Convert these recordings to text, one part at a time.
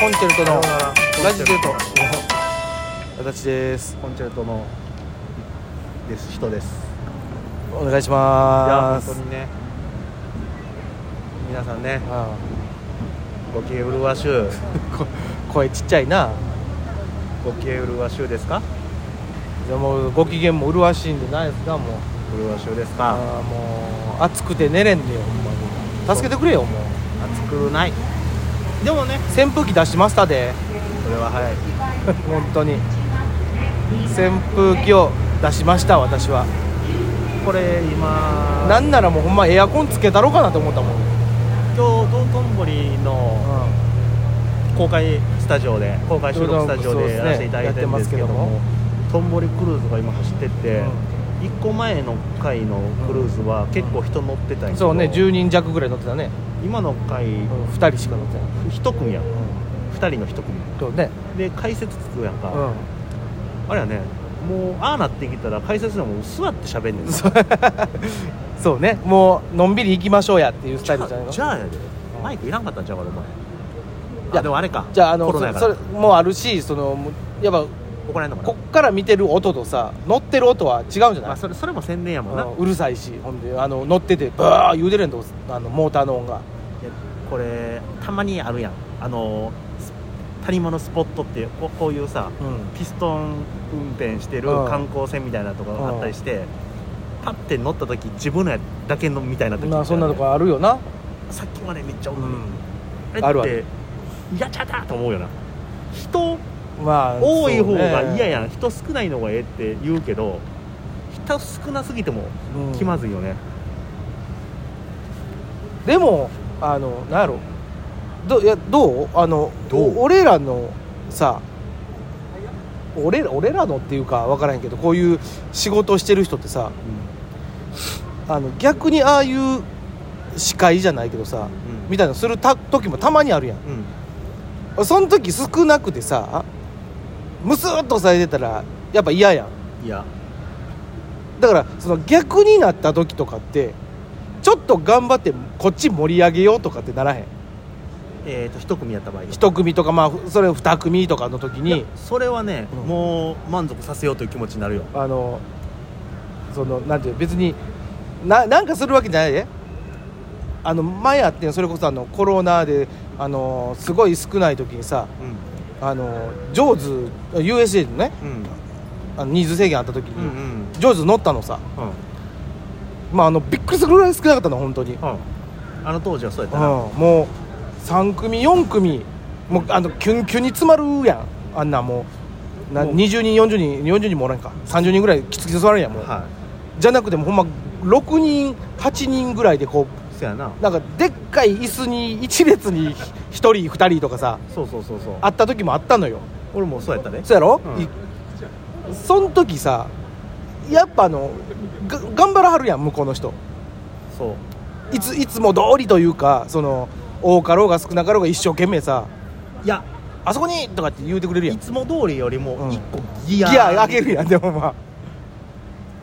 コンチェルトのラジチェルト私ですコンチェルトのです人ですお願いしいやま本す当にね皆さんねあご機嫌うるわしゅうあこ声ちっちゃいなご機嫌うるわしゅうですかじゃあもうご機嫌も麗しいんでないですかもううるわしゅうですかああもう暑くて寝れんでよほんまに助けてくれよもう暑くないでもね扇風機出しましたで これは早い本当に扇風機を出しました私はこれ今なんならもうほんまエアコンつけたろうかなと思ったもん、今日道頓堀の公開スタジオで公開収録スタジオそうですでねやらせていただいてるんですけどやってもまトンボリクルーズが今走ってって、うん一1個前の回のクルーズは結構人乗ってたんやけどそうね10人弱ぐらい乗ってたね、今の回うん、2人しか乗ってない、 1組やん2人の1組そうね、で解説つくやんうか、ん、あれやねもうああなってきたら解説でも座って喋んねんな そうねもうのんびり行きましょうやっていうスタイルじゃないのじゃあやでマイクいらんかったんちゃうかなお前いいややでもあれかじゃああのコロナやそかそれらもあるしそのもうやっぱ怒られんのかなこっから見てる音とさ乗ってる音は違うんじゃないまあ、それそれも宣伝やもんな、うんうるさいしほんであの乗っててバー言うてるやんとあのモーターの音がいやこれたまにあるやんあのス谷間のスポットってこうこういうさうんピストン運転してるうん観光船みたいなとこがあったりして、パッて乗った時自分のやだけのみたいな時まあそんなとあるこあるよなやんさっきまでめっちゃう女のん子、あるあっるて嫌ちゃったと思うよな人まあ多い方が嫌ややん、人少ないのがええって言うけど人少なすぎても気まずいよね、でもあのなんやろどいやどうあのどうお俺らのさ俺ら俺らのっていうか分からへんけどこういう仕事をしてる人ってさあの逆にああいう司会じゃないけどさうんみたいなのするた時もたまにあるやんうんその時少なくてさむすっとされてたらやっぱ嫌やんいやだからその逆になった時とかってちょっと頑張ってこっち盛り上げようとかってならへんえっ、と一組やった場合一組とかまあそれ二組とかの時いやにそれはね、うんもう満足させようという気持ちになるよあのそのなんていう別にななんかするわけじゃないであの前あってんそれこそあのコロナであのすごい少ない時にさうあのジョーズ USJ のねんうんあの人数制限あった時うんうんに、ジョーズ乗ったのさうんうんまああのびっくりするぐらい少なかったの本当に、うん、あの当時はそうやったな、もう3組4組もうあのキュンキュンに詰まるやんあんなもうなもう20人40人40人もおらんか30人ぐらいきつきつ座るやんもう、はじゃなくてもほんま6人8人ぐらいでこいそやなうなんかでっかい椅子に一列に1人2人とかさそうそうそうそうあった時もあったのよ俺もそうやったねそうやろ、うんいそん時さやっぱあのが頑張らはるやん向こうの人そういついつも通りというかその多かろうが少なかろうが一生懸命さいや「あそこに!」とかって言うてくれるやいんつも通りよりもうん一個ギギア,、ア上げるやんでもまあ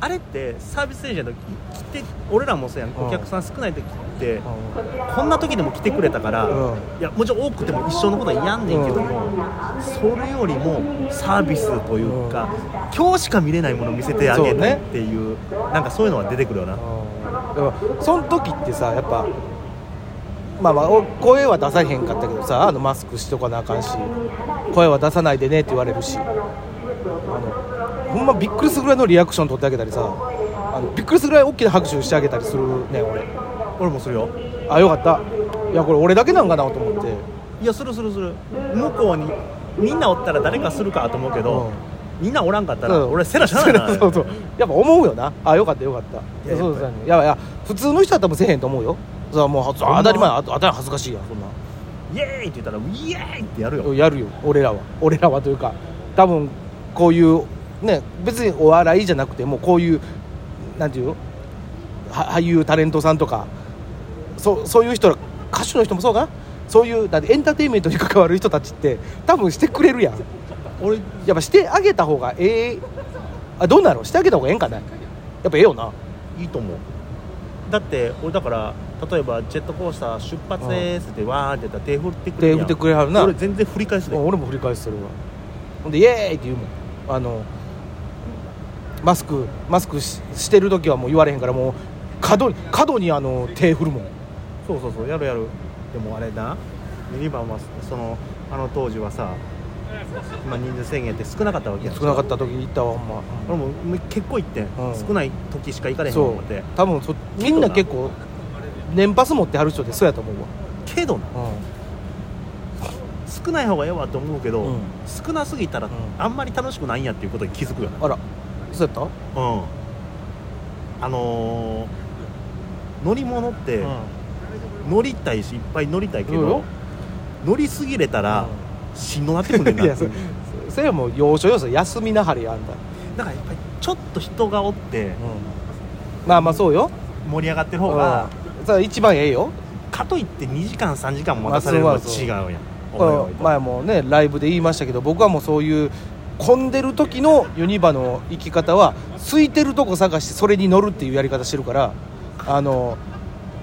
あれってサービスエージェント来て俺らもそうやんうんお客さん少ない時って、こんな時でも来てくれたから、うんいやもちろん多くても一生のことはやんねんけども、それよりもサービスというか、今日しか見れないものを見せてあげたいっていうなんかそういうのが出てくるよな、でもその時ってさやっぱまあまあお声は出さへんかったけどさあのマスクしとかなあかんし声は出さないでねって言われるしあのほんまびっくりするぐらいのリアクション取ってあげたりさあのびっくりするぐらい大きな拍手してあげたりするねん俺俺もするよあよかったいやこれ俺だけなんかなと思っていやするするする向こうにみんなおったら誰かするかと思うけど、みんなおらんかったら俺せらしゃ あないな そうそうそうやっぱ思うよなあよかったよかったやそうそういやいや普通の人だったらもうせえへんと思うよそれはもうはほんま当たり前あ当たり前恥ずかしいやんそんなイエーイって言ったらイエーイってやるよ、やるよ俺らは俺らはというか多分こういうね別にお笑いじゃなくてもうこういうなんていうのは俳優タレントさんとかそうそういう人ら歌手の人もそうかなそういうだってエンターテインメントに関わる人たちって多分してくれるやん俺やっぱしてあげた方がええあどうなのしてあげた方がええんかなやっぱええよないいと思うだって俺だから例えばジェットコースター出発ですってわーってやったら手振ってくれ手る振やっんてくれはるな俺全然振り返すで俺も振り返すそれはほんで「イエーイ!」って言うもんあのマスクマスクししてる時はもう言われへんからもう角に角にあの手振るもんそうそうそうやるやるでもあれだミニバンはそのあの当時はさ今人数制限って少なかったわけやん少なかった時に行ったわほんま俺も結構行ってん、うん少ない時しか行かれへんとそ思っうて多分そみんな結構年パス持ってはる人でそうやと思うわけどな少ない方がええわって思うけど、うん少なすぎたらんあんまり楽しくないんやっていうことに気づくよなあらそうやっうんあのー乗り物って、た、乗りたいしいっぱい乗りたいけそうどよ乗りすぎれたら、しんどなってくんね うんん、いなやそそれはもう要所要所休みなはれやあんた、だからやっぱりちょっと人がおってまあまあそうよ盛り上がってる方が、うんそれ一番ええよかといって2時間3時間待たされるのは違うやん、こおいおのいと前もねライブで言いましたけど僕はもうそういう混んでる時のユニバの行き方は空いてるとこ探してそれに乗るっていうやり方してるからあの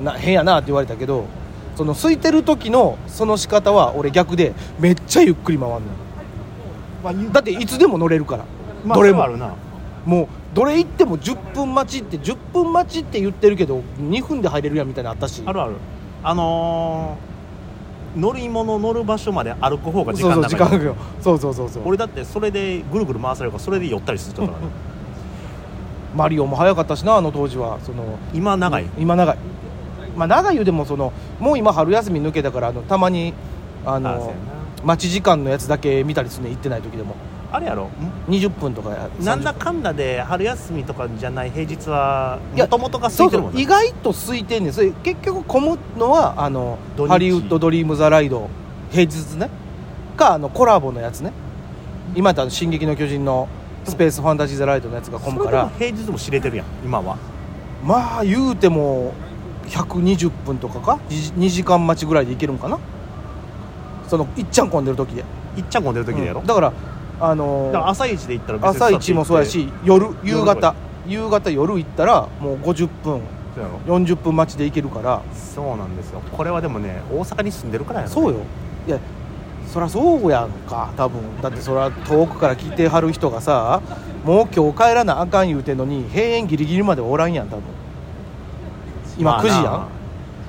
な変やなって言われたけどその空いてる時のその仕方は俺逆でめっちゃゆっくり回んのまあ言うだっていつでも乗れるから、まあどれそもうあるなもうどれ行っても10分待ちって10分待ちって言ってるけど2分で入れるやんみたいなのあったしあるあるあのー乗り物乗る場所まで歩く方が時そう間そう長い時間かかるよそうそうそうそう俺だってそれでぐるぐる回されるからそれで寄ったりするとからねマリオも早かったしなあの当時はその今長い今長いまあ長い言うでもそのもう今春休み抜けたからあのたまにああそうのや待ち時間のやつだけ見たりするね行ってない時でもなあれやろ20分とかや30なんだかんだで春休みとかじゃない平日はいやもともとが空そいうてそるもうんな意外と空いてんねんそれ結局混むのはあの土日ハリウッド・ドリーム・ザ・ライド平日ねかあのコラボのやつね今やったら「進撃の巨人」のスペースファンタジー・ザ・ライドのやつが混むそかれでもら平日も知れてるやん今はまあ言うても120分とかか2時間待ちぐらいで行けるんかなそのいっちゃん混んでる時でいっちゃん混んでる時でやろ、うんだからあのーだから朝一で行ったら別に朝一もそうやし夜夕夜と方か夕方夜行ったらもう50分そうやろ40分待ちで行けるからそうなんですよこれはでもね大阪に住んでるからやろそうよいやそりゃそうやんか多分だってそりゃ遠くから来てはる人がさもう今日帰らなあかん言うてんのに閉園ギリギリまでおらんやん多分今9時やん、まあな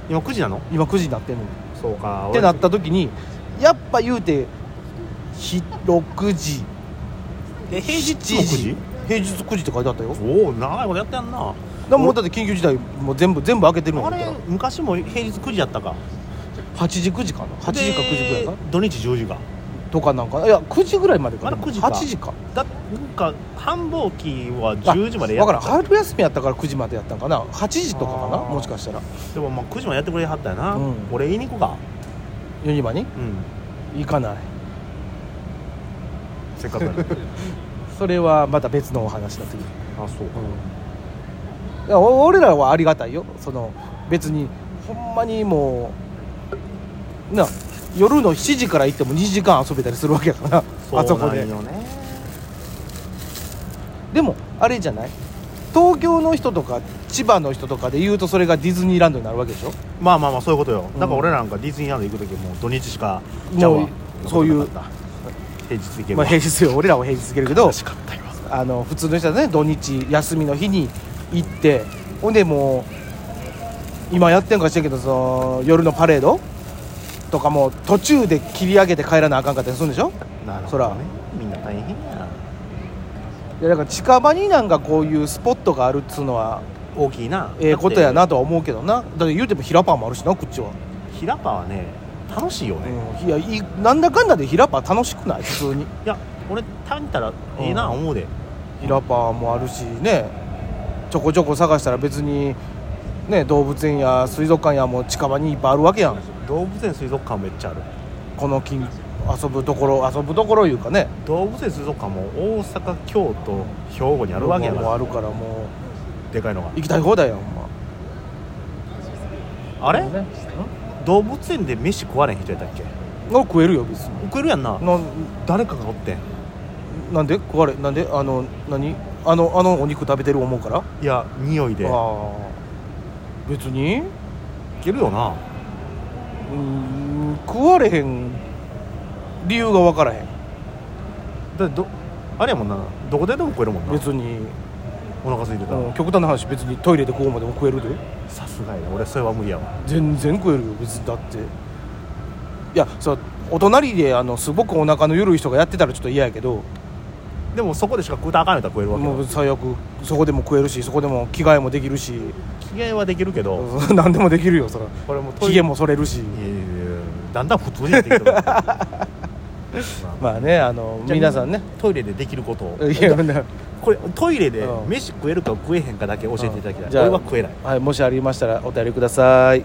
今9時なの今9時になってんのにそうかってなった時にやっぱ言うてひ6時え平日7 9時平日9時って書いてあったよおお長いことやってやんなでももうだって緊急事態もう全部全部開けてるもんあだかられ昔も平日9時やったか8時9時かな8時か9時ぐらいかなで土日10時かとかなんかないや9時ぐらいまでかなまだ9時か8時かだなんか繁忙期は10時までやだってかたらん春休みやったから9時までやったんかな8時とかかなあーもしかしたらでもまあ9時までやってくれはったよな、うん俺言いに行こうかユニバにうん行かないせっかくやからそれはまた別のお話だという あそうか、いやお俺らはありがたいよその別にほんまにもうな夜の7時から行っても2時間遊べたりするわけやからなあそそうこなんでよねでもあれじゃない東京の人とか千葉の人とかで言うとそれがディズニーランドになるわけでしょまあまあまあそういうことよ、うんだから俺なんかディズニーランド行く時もう土日しかもうじゃあわそういうなかった平日行けまば、あ平日よ俺らは平日行けるけど楽しかったよあの普通の人はね土日休みの日に行ってほんでもう今やってんか知らんけどその夜のパレードとかも途中で切り上げて帰らなあかんかったりするんでしょなるそほらどねみんな大変やいやだから近場になんかこういうスポットがあるっつうのは大きいなええことやだっなとは思うけどなだって言うても平パンもあるしなこっちは、て平パはね楽しいよね、いうん、いやいいなんだかんだで平パン楽しくない普通にや俺単たらええな思うで、平パンもあるしねちょこちょこ探したら別にね動物園や水族館やもう近場にいっぱいあるわけやん動物園水族館めっちゃあるこの近遊ぶところ遊ぶところいうかね動物園水族館も大阪京都兵庫にあるわけやかもうあらるからもでかいのがう行きたい放題やんほんまあれね動物園で飯食われへん人やったっけの食えるよ別に食えるやんなな誰かがおってんなんで食われなんであの何あのあのお肉食べてる思うからいや匂いでああ別にけるよなうん食われへん理由が分からへんだってどあれやもんなどこででも食えるもんな別に、お腹空いてたうんら極端な話別にトイレでこうまでも食えるでさすがやな俺それは無理やわ全然食えるよ別にだっていやそうお隣であのすごくお腹の緩い人がやってたらちょっと嫌やけどでもそこでしか食うたらあかんやったら食えるわけもよう最悪そこでも食えるしそこでも着替えもできるし 着替えはできるけど何でもできるよそらこれもトイひげレもそれるしいやいやいやだんだん普通になってきてる まあねあのじゃあ皆さんねトイレでできることを いやなこれトイレでうん飯食えるか食えへんかだけ教えていただきたいじゃあ俺は食えないはい、もしありましたらお便りください